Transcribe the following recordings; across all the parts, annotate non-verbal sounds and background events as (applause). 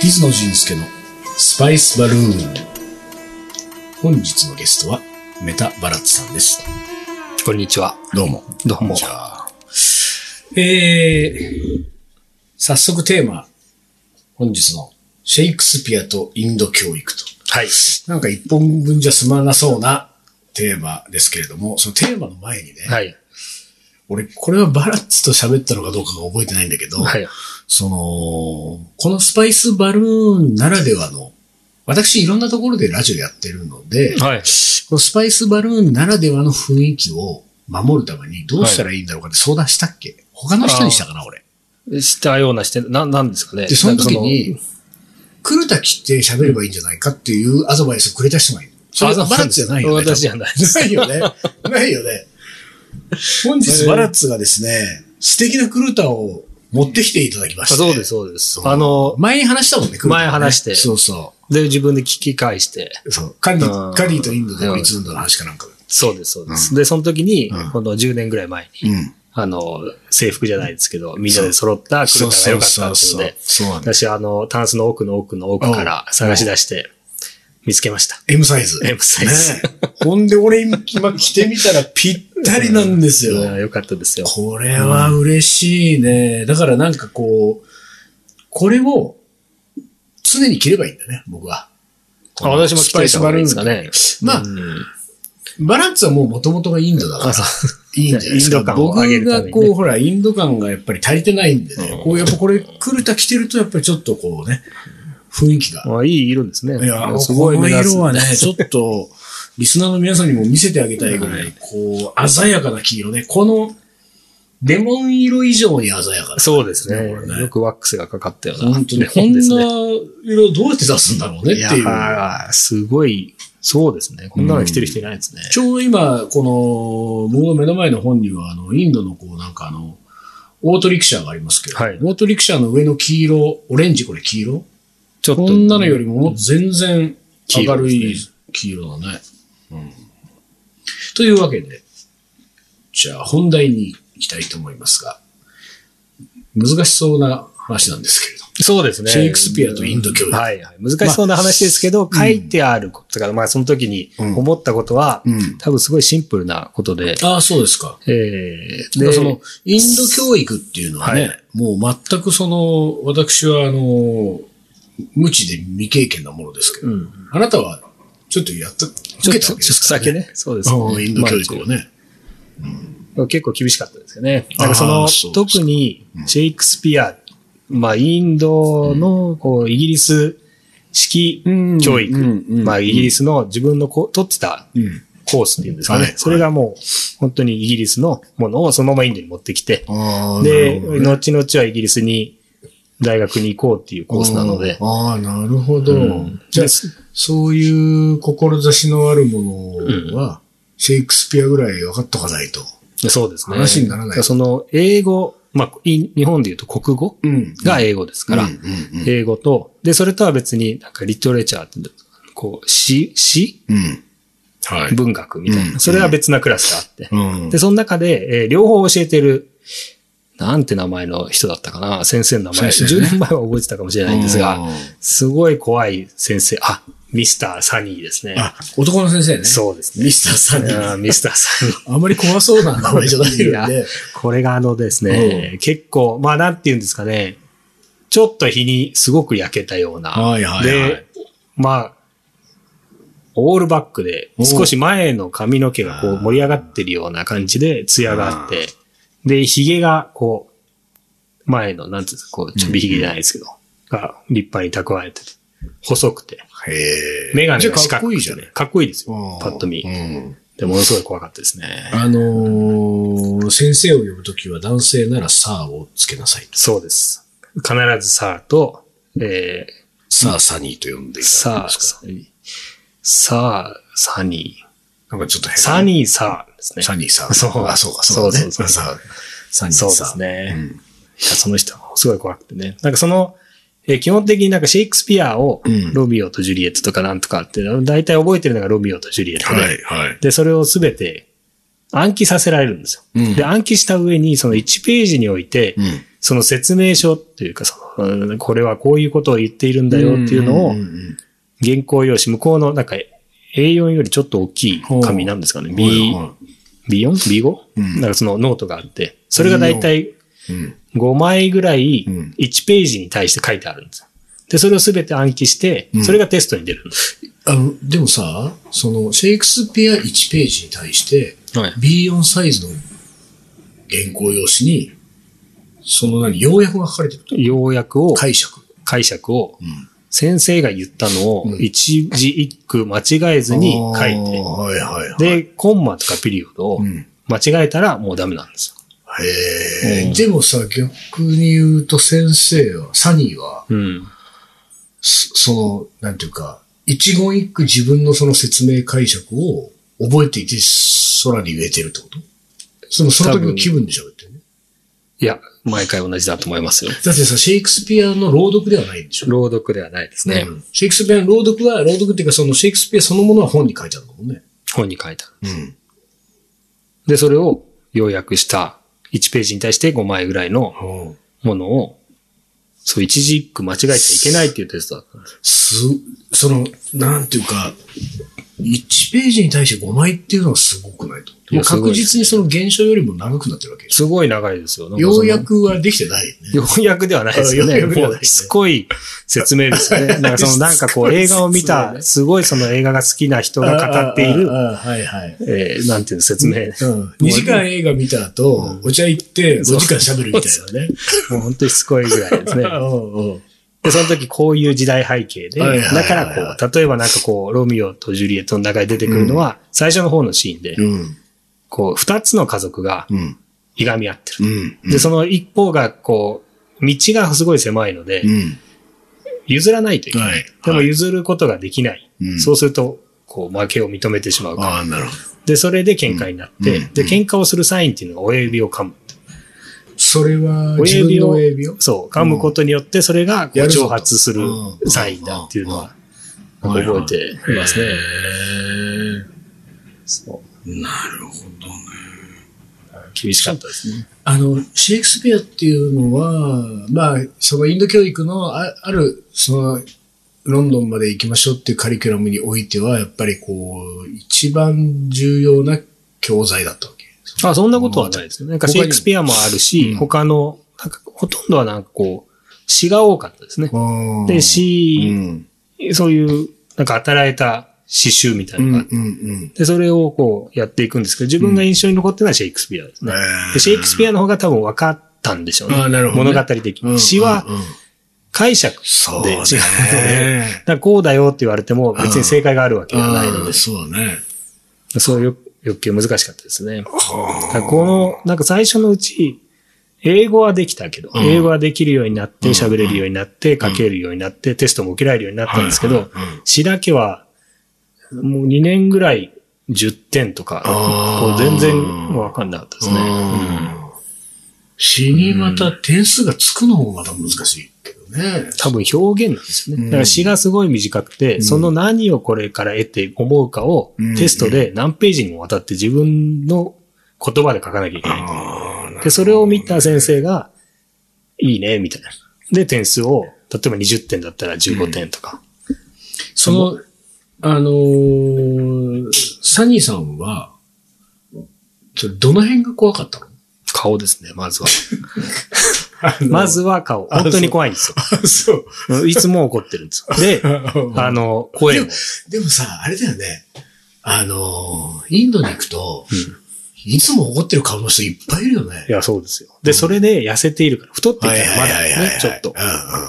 水野仁介のスパイスバルーン。本日のゲストは、メタバラッツさんです。こんにちは。どうも。どうもじ。ゃあ、えー、早速テーマ。本日の、シェイクスピアとインド教育と。はい。なんか一本分じゃ済まなそうなテーマですけれども、そのテーマの前にね、はい。俺、これはバラッツと喋ったのかどうかが覚えてないんだけど、はい。その、このスパイスバルーンならではの、私いろんなところでラジオやってるので、はい。このスパイスバルーンならではの雰囲気を守るためにどうしたらいいんだろうかって相談したっけ、他の人にしたかな、俺。したようなして、な、なんですかね。で、その時なにんか、来るたきって喋ればいいんじゃないかっていうアドバイスをくれた人がいる。それあそうはなバんラッツじゃないよね。私じゃな多い分ないよ (laughs) ね。ないよね。本日バラッツがですね、素敵なクルータを持ってきていただきまあした、そうです、そうです。ああのの、、前に話したもんね、クルータね前話してそうそで、自分で聞き返して、う。そう。カリうんカリーとインドといつの話かなんか。そうです、そうです。で、その時にうん、この10年ぐらい前に、うん。あの、制服じゃないですけど、みんなで揃ったクルタが良かったっていうので、そうなんだ。私はあの、タンスの奥の奥の奥から探し出して、見つけました。 M サイズ。 M サイズねえ。ほんで、俺今着てみたらぴったりなんですいやよ。良かったですよ。これは嬉しいね。だからなんかこう、これを常に着ればいいんだね、僕は。あ私も来てた方がいいですかスパイね。スバルーンうまあ、んバランスはもう元々がインドだからあ、。そういいんじゃないですかインド感を上げるためにね僕がこう、ほら、インド感がやっぱり足りてないんでね。うんこう、やっぱこれ、クルタ着てると、やっぱりちょっとこうね、雰囲気が。まあ、いい色ですね。いや、すこごいの目立つ色はね、ちょっと、リスナーの皆さんにも見せてあげたいぐらい、こう、鮮やかな黄色ね。この、レモン色以上に鮮やかな。そうですねこれね。よくワックスがかかったような。本当に、こ本んなですね。色どうやって出すんだろうねってい。いうやーすごい、そうですね。こんなの着てる人いないですね。ちょうど今、この、僕の目の前の本には、あの、インドのこう、なんかあの、オートリクシャーがありますけど、はいオートリクシャーの上の黄色、オレンジ、これ黄色ちょっこんなのよりももっと全然明るい黄色だね。というわけで、じゃあ本題に行きたいと思いますが、難しそうな話なんですけれど。そうですね。シェイクスピアとインド教育はいはい。難しそうな話ですけど、書いてあることから、まあその時にうん思ったことは、うん多分すごいシンプルなことで、ああ、そうですか。えーでで、その、インド教育っていうのはね、はいもう全くその、私はあの、無知で未経験なものですけど、うんあなたはちょっとやった、ち受ょっけと、ちたょわっけでとすから先ね。ね、そうですうんインド教育まあをね。結構厳しかったですよね。あーなんかその、そうですか特にシェイクスピア、まあインドの、こう、イギリス式教育、うんうんうんまあイギリスの自分のこう取ってたうん。コースっていうんですかね。はいそれがもう、本当にイギリスのものをそのままインドに持ってきて、ああ、なで、るほどね後々はイギリスに大学に行こうっていうコースなので、ああ、なるほど。うんじゃあで、そういう志のあるものは、シェイクスピアぐらい分かっとかないと。そうですね。話にならないだからその、英語、まあ、い日本で言うと国語うんが英語ですから、うんうん英語と、で、それとは別になんかリトレチャーって、こう、詩、詩うん。は。文学みたいうんな。それは別なクラスがあって。うんで、その中で、えー両方教えてる、なんて名前の人だったかな先生の名前。先生ね10年前は覚えてたかもしれないんですうがん、すごい怖い先生。あ、ミスターサニーですね。あ、男の先生ね。そうですね。ミスターサニー。あーミスター (laughs) サニー。あんまり怖そうな名前じゃないいよやね。これがあのですね、結構、まあなんて言うんですかね、ちょっと日にすごく焼けたような。はいはいはいで、まあ、オールバックで、おう少し前の髪の毛がこう盛り上がってるような感じで、ツヤがあって、で、髭がこう、前の、なんていうんですか、こう、ちょび髭じゃないですけど、が立派に蓄えてて、細くて、へメガネがじゃあか四っこ角いいくじてゃないね。かっこいいですうんよ、パッと見う。んで、ものすごい怖かったですね。あのー先生を呼ぶときは男性ならさあをつけなさいと。そうです。必ずさあと、えさあサニーと呼んでー、いたださくんあ、ですかささあ、サニー。なんかちょっと変サニーさあですね。サニーさん。そうあ、そうか、そうだね。そうそうそうさサニーさそん。うですね。ういん。やその人もすごい怖くてね。なんかその、えー基本的になんかシェイクスピアをうんロミオとジュリエットとかなんとかって、大体覚えてるのがロミオとジュリエットで、はい、はい。で、それをすべて暗記させられるんですよ。うんで、暗記した上にその1ページにおいて、うん。その説明書っていうか、その、これはこういうことを言っているんだよっていうのをん、んん原稿用紙、向こうのなんか A4 よりちょっと大きい紙なんですかね。B、はいはい B4?B5? うんなんかそのノートがあって、それがだいたいうん5枚ぐらいうん1ページに対して書いてあるんですよ。で、それをすべて暗記してう、んそれがテストに出るんです。あの、でもさ、その、シェイクスピア1ページに対して、はい B4 サイズの原稿用紙に、その何、要約が書かれてると。要約を、解釈。解釈を、ん先生が言ったのうをん一字一句間違えずに書いあーて、はいはいはい。で、コンマとかピリオドをうん間違えたらもうダメなんですよ。へえ、うんでもさ、逆に言うと先生は、サニーは、うん。そその、なんていうか、一言一句自分のその説明解釈を覚えていて空に植えてるってことその、その時の気分で喋ってるね。いや、毎回同じだと思いますよ。だってさ、シェイクスピアの朗読ではないんでしょ朗読ではないですね。うんシェイクスピアの朗読は、朗読っていうかそのシェイクスピアそのものは本に書いてあるもんね。本に書いてある。うん。で、それを要約した1ページに対して5枚ぐらいのものを、そう、一字一句間違えちゃいけないっていうテストだったんです。す、その、なんていうか、1ページに対して5枚っていうのはすごくないと。いもうやすごい確実にその減少よりも長くなってるわけでしすごい長いですよ。なんょ。かその要約はできてないよね。ようやくではないですよあね。 (laughs) ようやくではもないねうしつこい説明ですよね。なんかそ (laughs) のなんかこう映画を見た、すごいその映画が好きな人が語っていある、あああはいはい。えー、なんていうの説明。うん、2時間映画見た後、お茶行って5時間喋るみたいなね。もう本当にしつこいぐらいです (laughs) ね。うんうんで、その時こういう時代背景で、はいはいはいはだいからこう、例えばなんかこう、ロミオとジュリエットの中で出てくるのは、最初の方のシーンで、うん。こう、二つの家族がうん。いがみ合ってる。うん。で、その一方がこう、道がすごい狭いのでう、ん。譲らないといけない。はい。でも譲ることができない。うんそうすると、こう、負けを認めてしまうから。ああ、なるほど。で、それで喧嘩になって、うんうんで、喧嘩をするサインっていうのが親指を噛むって。それは、自分親指をの親指をそう、噛むことによって、それがこうやるぞと挑発するサインだっていうのは、覚えていますね。へえそうなるほどね。厳しかったですね。あの、シェイクスピアっていうのは、まあ、そのインド教育のあある、その、ロンドンまで行きましょうっていうカリキュラムにおいては、やっぱりこう、一番重要な教材だったわけ。あ、そんなことはないですね。なんかシェイクスピアもあるうんし、他の、なんかほとんどはなんかこう、詩が多かったですね。うんで、う詩、ん。そういう、なんか働いた詩集みたいううなんのがあんって、うん。で、それをこうやっていくんですけど、自分が印象に残ってるのはシェイクスピアですね。でシェイクスピアの方が多分分かったんでしょうね。あーなるほどね物語的うんうんうに。ん詩は解釈そうで違うね (laughs) ので、だからこうだよって言われても別に正解があるわけではないのあーで、そうだね。そうよ余計難しかったですね。だからこの、なんか最初のうち、英語はできたけど、うん英語はできるようになって、喋れるようになって、書けるようになって、テストも受けられるようになったんですけはいどはいはいうん、詩だけは、もう2年ぐらい10点とか、こあうー全然わかんなかったですね。うん詩にまた点数がつくのもまた難しいけどね。多分表現なんですようんね。だから詩がすごい短くて、その何をこれから得て思うかをうんテストで何ページにもわたって自分の言葉で書かなきゃいけない。あで、それを見た先生が、いいね、みたいな。で、点数を、例えば20点だったら15点とか。その、あのーサニーさんは、それどの辺が怖かったの顔ですね、まずは。 (laughs) ま、ずは顔。本当に怖いんです (laughs) そう。よ。いつも怒ってるんですよ。 (laughs) で、あの、声も。でもさ、あれだよね。あのーインドに行くと、いつも怒ってる顔の人いっぱいいるよねい。や、そうですよ。で、それで痩せているから、太っていたはいらまはいだはいはいね、ちょっと、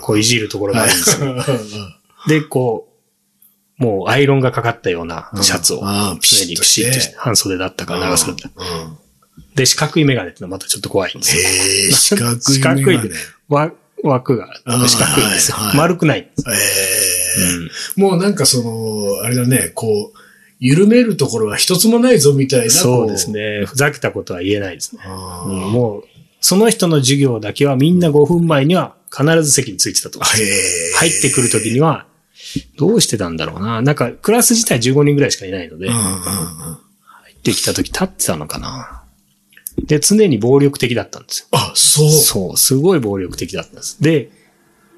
こういじるところがあるんですよ。うんうんで、こう、もうアイロンがかかったようなシャツを、あーピ常シにッピとシしッとてして、半袖だったか長袖だった。うんで、四角いメガネってのはまたちょっと怖いんですよ。えー、四角い。四角いで、わ枠があー四角いんですよはいは。い丸くないんですえよ。ーもうなんかその、あれだね、こう、緩めるところは一つもないぞみたいな。そうですね。ね。ふざけたことは言えないですね。あうんーもう、その人の授業だけはみんな5分前には必ず席についてたと思います。へー入ってくるときには、どうしてたんだろうな。なんか、クラス自体15人ぐらいしかいないので、うんう入んうんってきたとき立ってたのかな。で、常に暴力的だったんですあ、そうよ。。そう、すごい暴力的だったんです。で、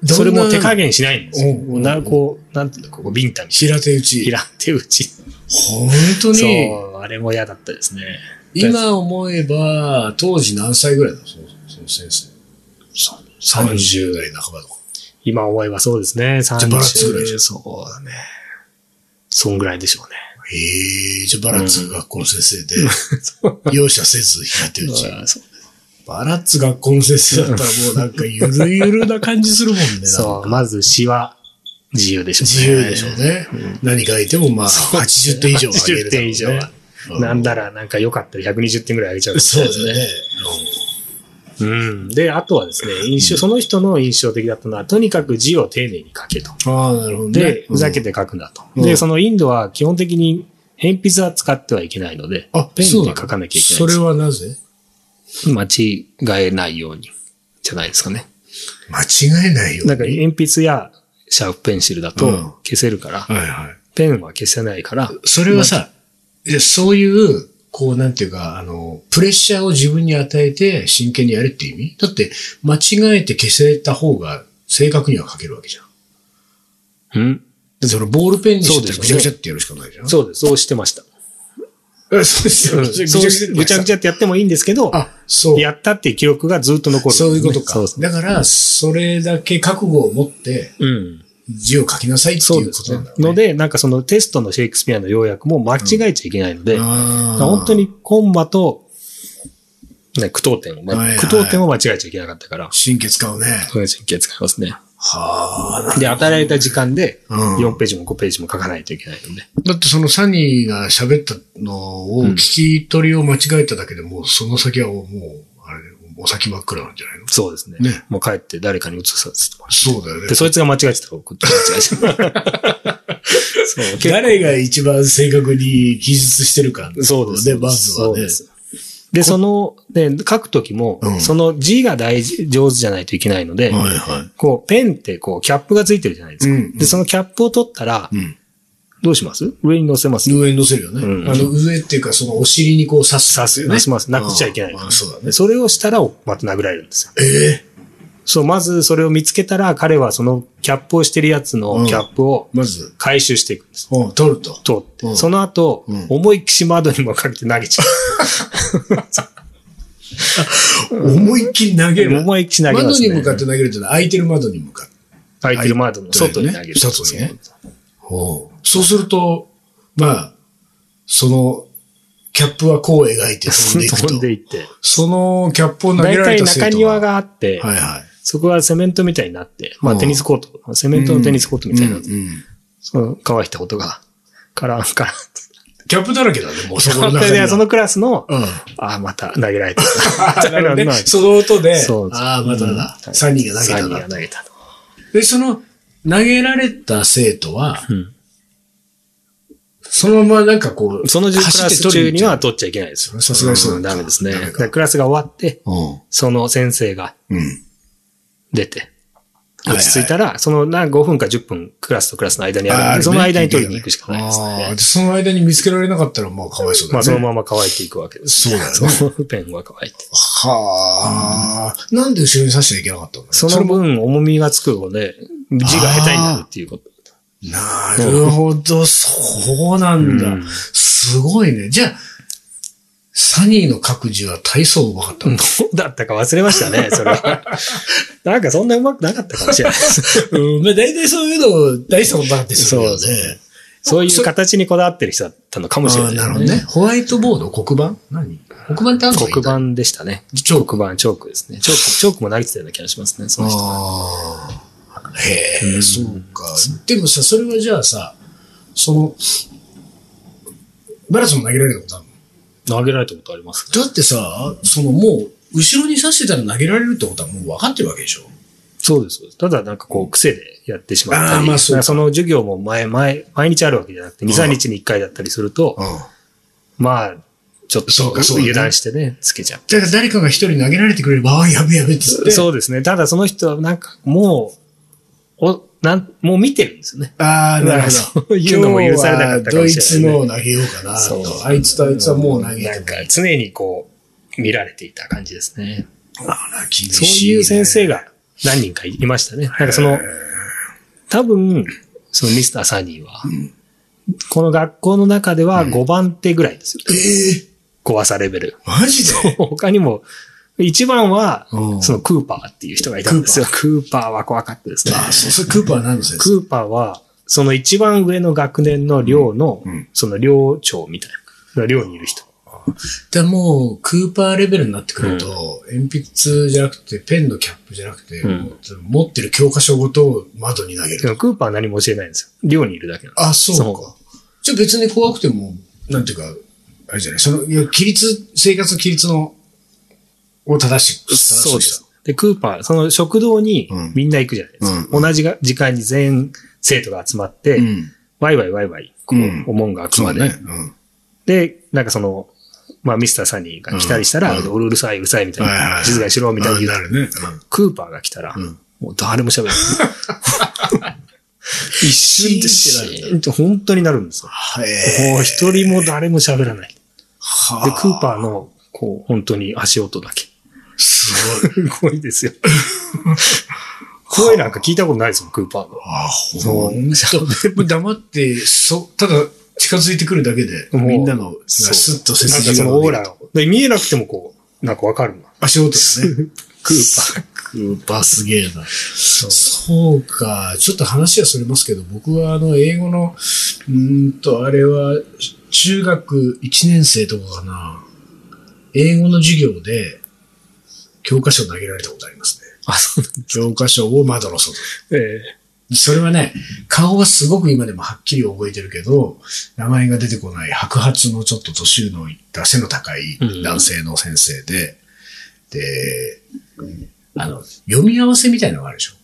どんなそれも手加減しないんですよ。うんうんうんなこう、なんていうの、こう、ビンタにして、平手打ち。平手打ち。本当そに、う、あれも嫌だったですね。今思えば、当時何歳ぐらいだそのその先生。30代半ばとか。今思えばそうですね。ゃあバラッツぐらいじゃ30、そうだね。そんぐらいでしょうね。ええじゃあバラッツ学校の先生で、 (laughs) 容赦せず平手打ち。うんそうバラッツ学校の先生だったらもうなんかゆるゆるな感じするもんね。そう、まず詩は自由でしょ自由でしょうね。何書いてもまあ、そう80点以上はあげるだろうね。 80点以上はうなんだら、なんか良かったら120点ぐらい上げちゃう、そうですね。うん。で、あとはですね、印象、その人の印象的だったのは、とにかく字を丁寧に書けと。ああ、なるほどね。で、うんふざけて書くなと。うんで、そのインドは基本的に鉛筆は使ってはいけないので、あ、ペンでそう書なのかなきゃいけないそんれですよ。はなぜ間違えないように、じゃないですかね。間違えないよ。なんか鉛筆やシャープペンシルだうんと消せるから、はいはい。ペンは消せないから、それはさ、いやそういう、こうなんていうか、あの、プレッシャーを自分に与えて真剣にやれって意味だって、間違えて消せた方が正確には書けるわけじゃん。うんでそのボールペンにしてたらそぐうでちすゃねぐちゃってやるしかないじゃん。そうです、そうしてました。えそうですうんよそうしぐちゃぐちゃ。ゃってやってもいいんですけど、あ、そう。やったっていう記録がずっと残る、そういうことか。そうそうだから、それだけ覚悟を持ってうん。字を書きなさいってそいううでこすとなんねだろ。うね。ので、なんかそのテストのシェイクスピアの要約も間違えちゃいけないので、だかあーら本当。にコンマと、ね、句読点を、まはいはい句読点を間違えちゃいけなかったから、神経使うね。そういう神経使いますね。はで、与えられた時間で、うん4ページも5ページも書かないといけないので。あ。だってそのサニーが喋ったのを聞き取りを間違えただけでもうその先はもう、あれ、お先真っ暗なんじゃないのそうですね。ねもう帰って誰かに移させてもらそうだようねで、。そいつが間違えてたら送って間違えちゃ (laughs) う。そう、結誰が一番正確に記述してるか。構そうです。で、まずはそうねで。す。で、その、で、書くときも、うんその字が大事、上手じゃないといけないので、はいはこう、ペンってこう、キャップがついてるじゃないですか。うんうんで、そのキャップを取ったらい。、うん。どうします上に乗せます。上に乗せるよね。うんあの上っていうかそのお尻にこう刺す。刺すよね刺します。なくちゃいけないあーあーそうだねでそれをしたら、また殴られるんですよ。ええそう、まずそれを見つけたら、彼はそのキャップをしてるやつうんのキャップをまず、回収していくんです。うん、取ると。通って、うんその後、うん思いっきし窓にもかけて投げちゃ思いっきり投げう。る。思いっきし投げます、ね。窓に向かって投げるっていうのは空いてる窓に向かって。開いてる窓の外に投げる。外にねそうそうすると、まあ、その、キャップはこう描いて飛んでいく飛んと。でいって。そのキャップを投げ大られ体た生中徒は。庭があって、はいはい。そこはセメントみたいになって、まうあんテニスコート、セメントのテニスコートみたいになって、うんうんその乾いた音が、カランカランキャップだらけだね、もうそこのっ中て。に (laughs) は。で、そのクラスの、うん。ああ、また投げられた。 (laughs) なるほどね (laughs) まあその音でそう、ああ、まただう。ん3人が投げた三人がな。投げたと。で、その、投げられた生徒は、うんそのままなんかこう、その10ク走っラてス取中りにに行っはち取っちゃいけないですよ。さすがにそううんダメですね。ダメだかからクラスが終わって、ゃう。その先生がうん。うん。出て、はい落はいち着いたら、そのな5分か10分クラスとクラスの間にあるんで、その間に取りに行くしかないですあーね。でその間に見つけられなかったら、まあ、かわいそうだね。まあそのまま乾いていくわけです。そうだ (laughs) よねね。ペンは乾いて。はあ、なんで後ろに刺しちゃいけなかったんだろうその分重みがつくので、字が下手になるっていうこと。なるほど、そうなんだ。うんすごいね。じゃあ、サニーの各自は体操うまかったどのうだったか忘れましたね、それは。なんかそんなうまくなかったかもしれ (laughs) ないで (laughs) す。うん、まあ大体そういうの大したことなかったですよね。そうそういう形にこだわってる人だったのかもしれあなあい、なるほどね。。ホワイトボード、黒板何黒板ってあるの黒板でしたね。チョーク。黒板、チョークですね。チョーク、チョークも投げてたような気がしますね、その人。ああ。へえ、そうか。でもさ、それはじゃあさ、その、バラスも投げられたことあるの投げられたことありますだってさ、そのもう、後ろに刺してたら投げられるってことはもう分かってるわけでしょそうですそうです。ただなんかこう癖でやってしまったあーり、まあそうかなんかその授業も前、前、毎日あるわけじゃなくて、2、3日に1回だったりすると、ん。まあ、ちょっとそうかそうだね油断してね、つけちゃう。だから誰かが一人投げられてくれれば、ああ、やべやべっつって。そうですね。ただその人はなんかもう、お、なん、もう見てるんですよね。ああ、なるほど。そういうのも許されなかった今日かもしれないねはドイツのを投げようかなそうと。あいつとあいつはもう投げなんてかない。常にこう、見られていた感じですね。あら、厳しい、ね。そういう先生が何人かいましたね。なんかその、多分、そのミスターサニーは、この学校の中では5番手ぐらいですよ。ええ怖さレベル。マジで他にも、一番はう、んそのクーパーっていう人がいたんですよ。クーパーは怖かったですね。あ、そう、それクーパーなんですね。クーパーは、その一番上の学年の寮の、うんうんその寮長みたいな、寮にいる人。でも、クーパーレベルになってくると、鉛筆じゃなくて、ペンのキャップじゃなくて、うんもう持ってる教科書ごと窓に投げでる。もクーパーは何も教えないんですよ。寮にいるだけなんですあ、そうそか。じゃあ別に怖くても、なんていうか、あれじゃない、その、いや、規律、生活の規律の、を正しく、正しくしたそうです。。で、クーパー、その食堂にうんみんな行くじゃないですか。うんう同じが時間に全生徒が集まって、うん。ワイワイワイワイ、こう、うんおもんが集まそうる、ね。うん。で、なんかその、まあ、ミスターサニーが来たりしたら、うんうるさい、うるさいみたいはいはいはな、い静かにしろみたいな言うあなるね。クーパーが来たら、うんもう誰も喋 (laughs) らない。一瞬でシシーンってなるんだーンと本当になるんですよ。はもうえ。一人も誰も喋らない。で、はあクーパーの、こう、本当に足音だけ。すごい。すごいですよ。 (laughs) 声なんか聞いたことないですもん、クーパーの。あ、ほんと。黙って、そ、ただ、近づいてくるだけで、もうみんなの、そうスッと背なんか筋そがのオーラを。で見えなくてもこう、なんかわかるな。足音ですね。ク (laughs) ーパー。クーパーすげえな。そうか。ちょっと話はそれますけど、僕はあの、英語の、うーんと、あれは、中学1年生とかかな。英語の授業で、教科書投げられたことありますね。あ、そうなんだ教科書を窓の外に。えそれはね、顔はすごく今でもはっきり覚えてるけど、名前が出てこない白髪のちょっと年のいった背の高い男性の先生で、で、あの、読み合わせみたいなのがあるでしょ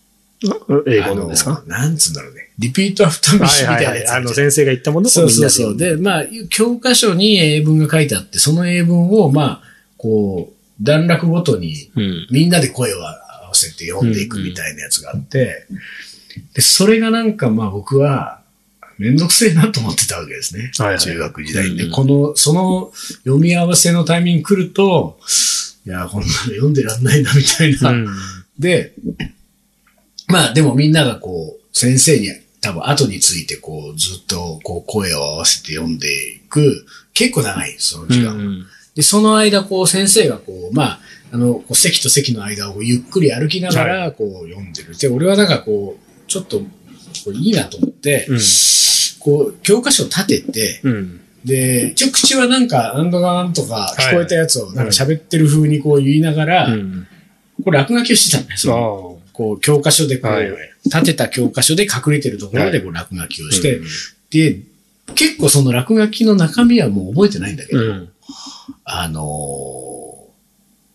え英語のですかあのなんつうんだろうね。リピートアフターミッはシいョンみはたいいなやはい。つああるのじゃん。先生が言ったものをそうそうそみう。んなでで、まあ、教科書に英文が書いてあって、その英文を、まあ、こう、段落ごとにうん。みんなで声を合わせて読んでいくみたいなやつがあって、で、それがなんかまあ僕は、めんどくせえなと思ってたわけですね。はいはい中学時代にね、うんこの、その読み合わせのタイミング来ると、いや、こんなの読んでらんないな、みたいな。で、まあでもみんながこう、先生に多分後についてこう、ずっとこう声を合わせて読んでいく、結構長いんです、その時間。うんで、その間、こう、先生が、こう、まあ、あの、こう席と席の間をゆっくり歩きながら、こう、読んでる。で、俺はなんか、こう、ちょっと、こういいなと思って、うんこう、教科書を立てて、うん。で、一応口はなんか、なんとかなんとか聞こえたやつを、なんかうん喋ってる風にこう言いながら、うん。こう、落書きをしてたんですあよ。こう、教科書でこう、はいはい立てた教科書で隠れてるところで、こう、落書きをして、で、結構その落書きの中身はもう覚えてないんだけど、うん。あのー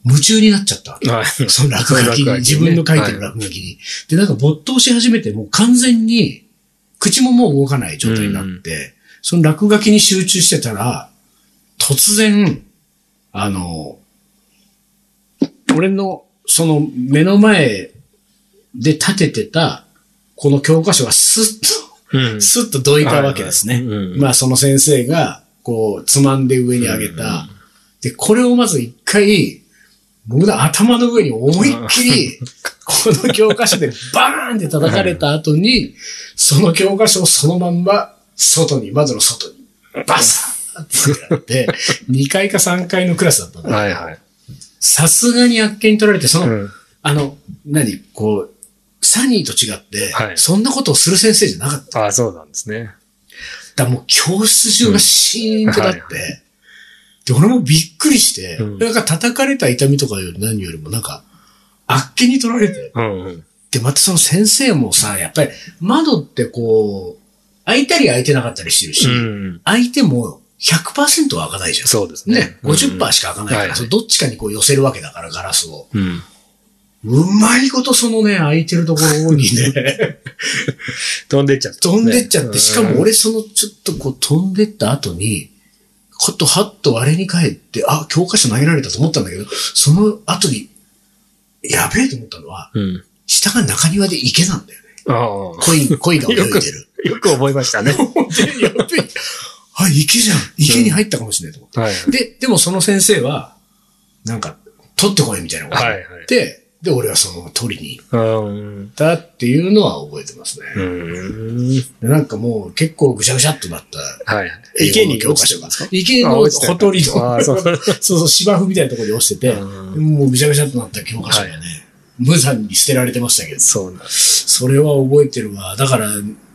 夢中になっちゃったわけ。はい。その落書きに、はい自分の書いてる落書きに。で、なんか没頭し始めて、もう完全に、口ももう動かない状態になって、その落書きに集中してたら、突然、あのー俺の、その目の前で立ててた、この教科書がスッうんと、。スッとどいたわけですね。はいはいうんまあその先生が、こう、つまんで上に上げた。で、これをまず一回、僕の頭の上に思いっき (laughs) り、この教科書でバーンって叩かれた後に、その教科書をそのまんま、外に、窓の外に、バサーってやって、2階か3階のクラスだったの。はいはい。さすがにあっけに取られて、その、うんあの、何、こう、サニーと違って、はいそんなことをする先生じゃなかった。ああ、そうなんですね。だからもう教室中がシーンとなって、うんで、俺もびっくりして、うんなんか叩かれた痛みとかより何よりもなんか、あっけに取られて、うんうん。で、またその先生もさ、やっぱり窓ってこう、開いたり開いてなかったりしてるし、うん。開いても100%は開かないじゃん。そうですねね。、50%しか開かないから、はいそのどっちかにこう寄せるわけだから、ガラスを。うん。うまいことそのね、開いてるところにね、飛んでっちゃった。飛んでっちゃって、しかも俺そのちょっとこう飛んでった後に、ことはっと我に返って、あ、教科書投げられたと思ったんだけど、その後に、やべえと思ったのは、うん。うん。下が中庭で池なん (laughs) だよね。ああ。鯉、鯉が泳いでる。よく覚えま (laughs) したね。でやべえ。あ、池じゃん。池に入ったかもしれないと思って。はい。で、でもその先生は、なんか、取ってこいみたいなこと言って、で、俺はその、取りに行っうん。たっていうのは覚えてますね。うん。でなんかもう結構ぐちゃぐちゃっとなったはい。英語の教科書が。池のほとりあの、落ちそてうるそう、芝生みたいなところに落ちてて、うんもうぐちゃぐちゃっとなった教科書がね、は無残に捨てられてましたけど、そうなんです。それは覚えてるわ。だから、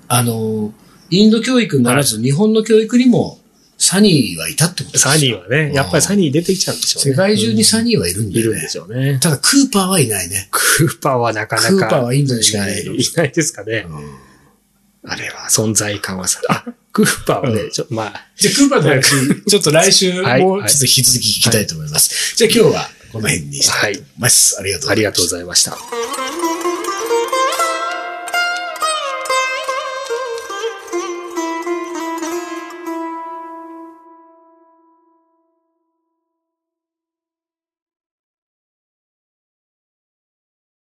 あの、インド教育ならず、日本の教育にもサニーはいたってことですよサニーはね、やっぱりサニー出てきちゃうんでしょうね。世界中にサニーはいるんいだよるんね。でしょうね。ただ、クーパーはいないね。クーパーはなかなか。クーパーはインドにしかいないいないですかね。あれは存在感はさ、あ、クーパーはうね、ちょ、まあ、じゃあ、クーパーの話、ちょっと来週もちはいょっと引き続き聞きたいと思います。じゃあ、今日はこの辺にしたいと思います。ありがとうございましたありがとうございまし「た。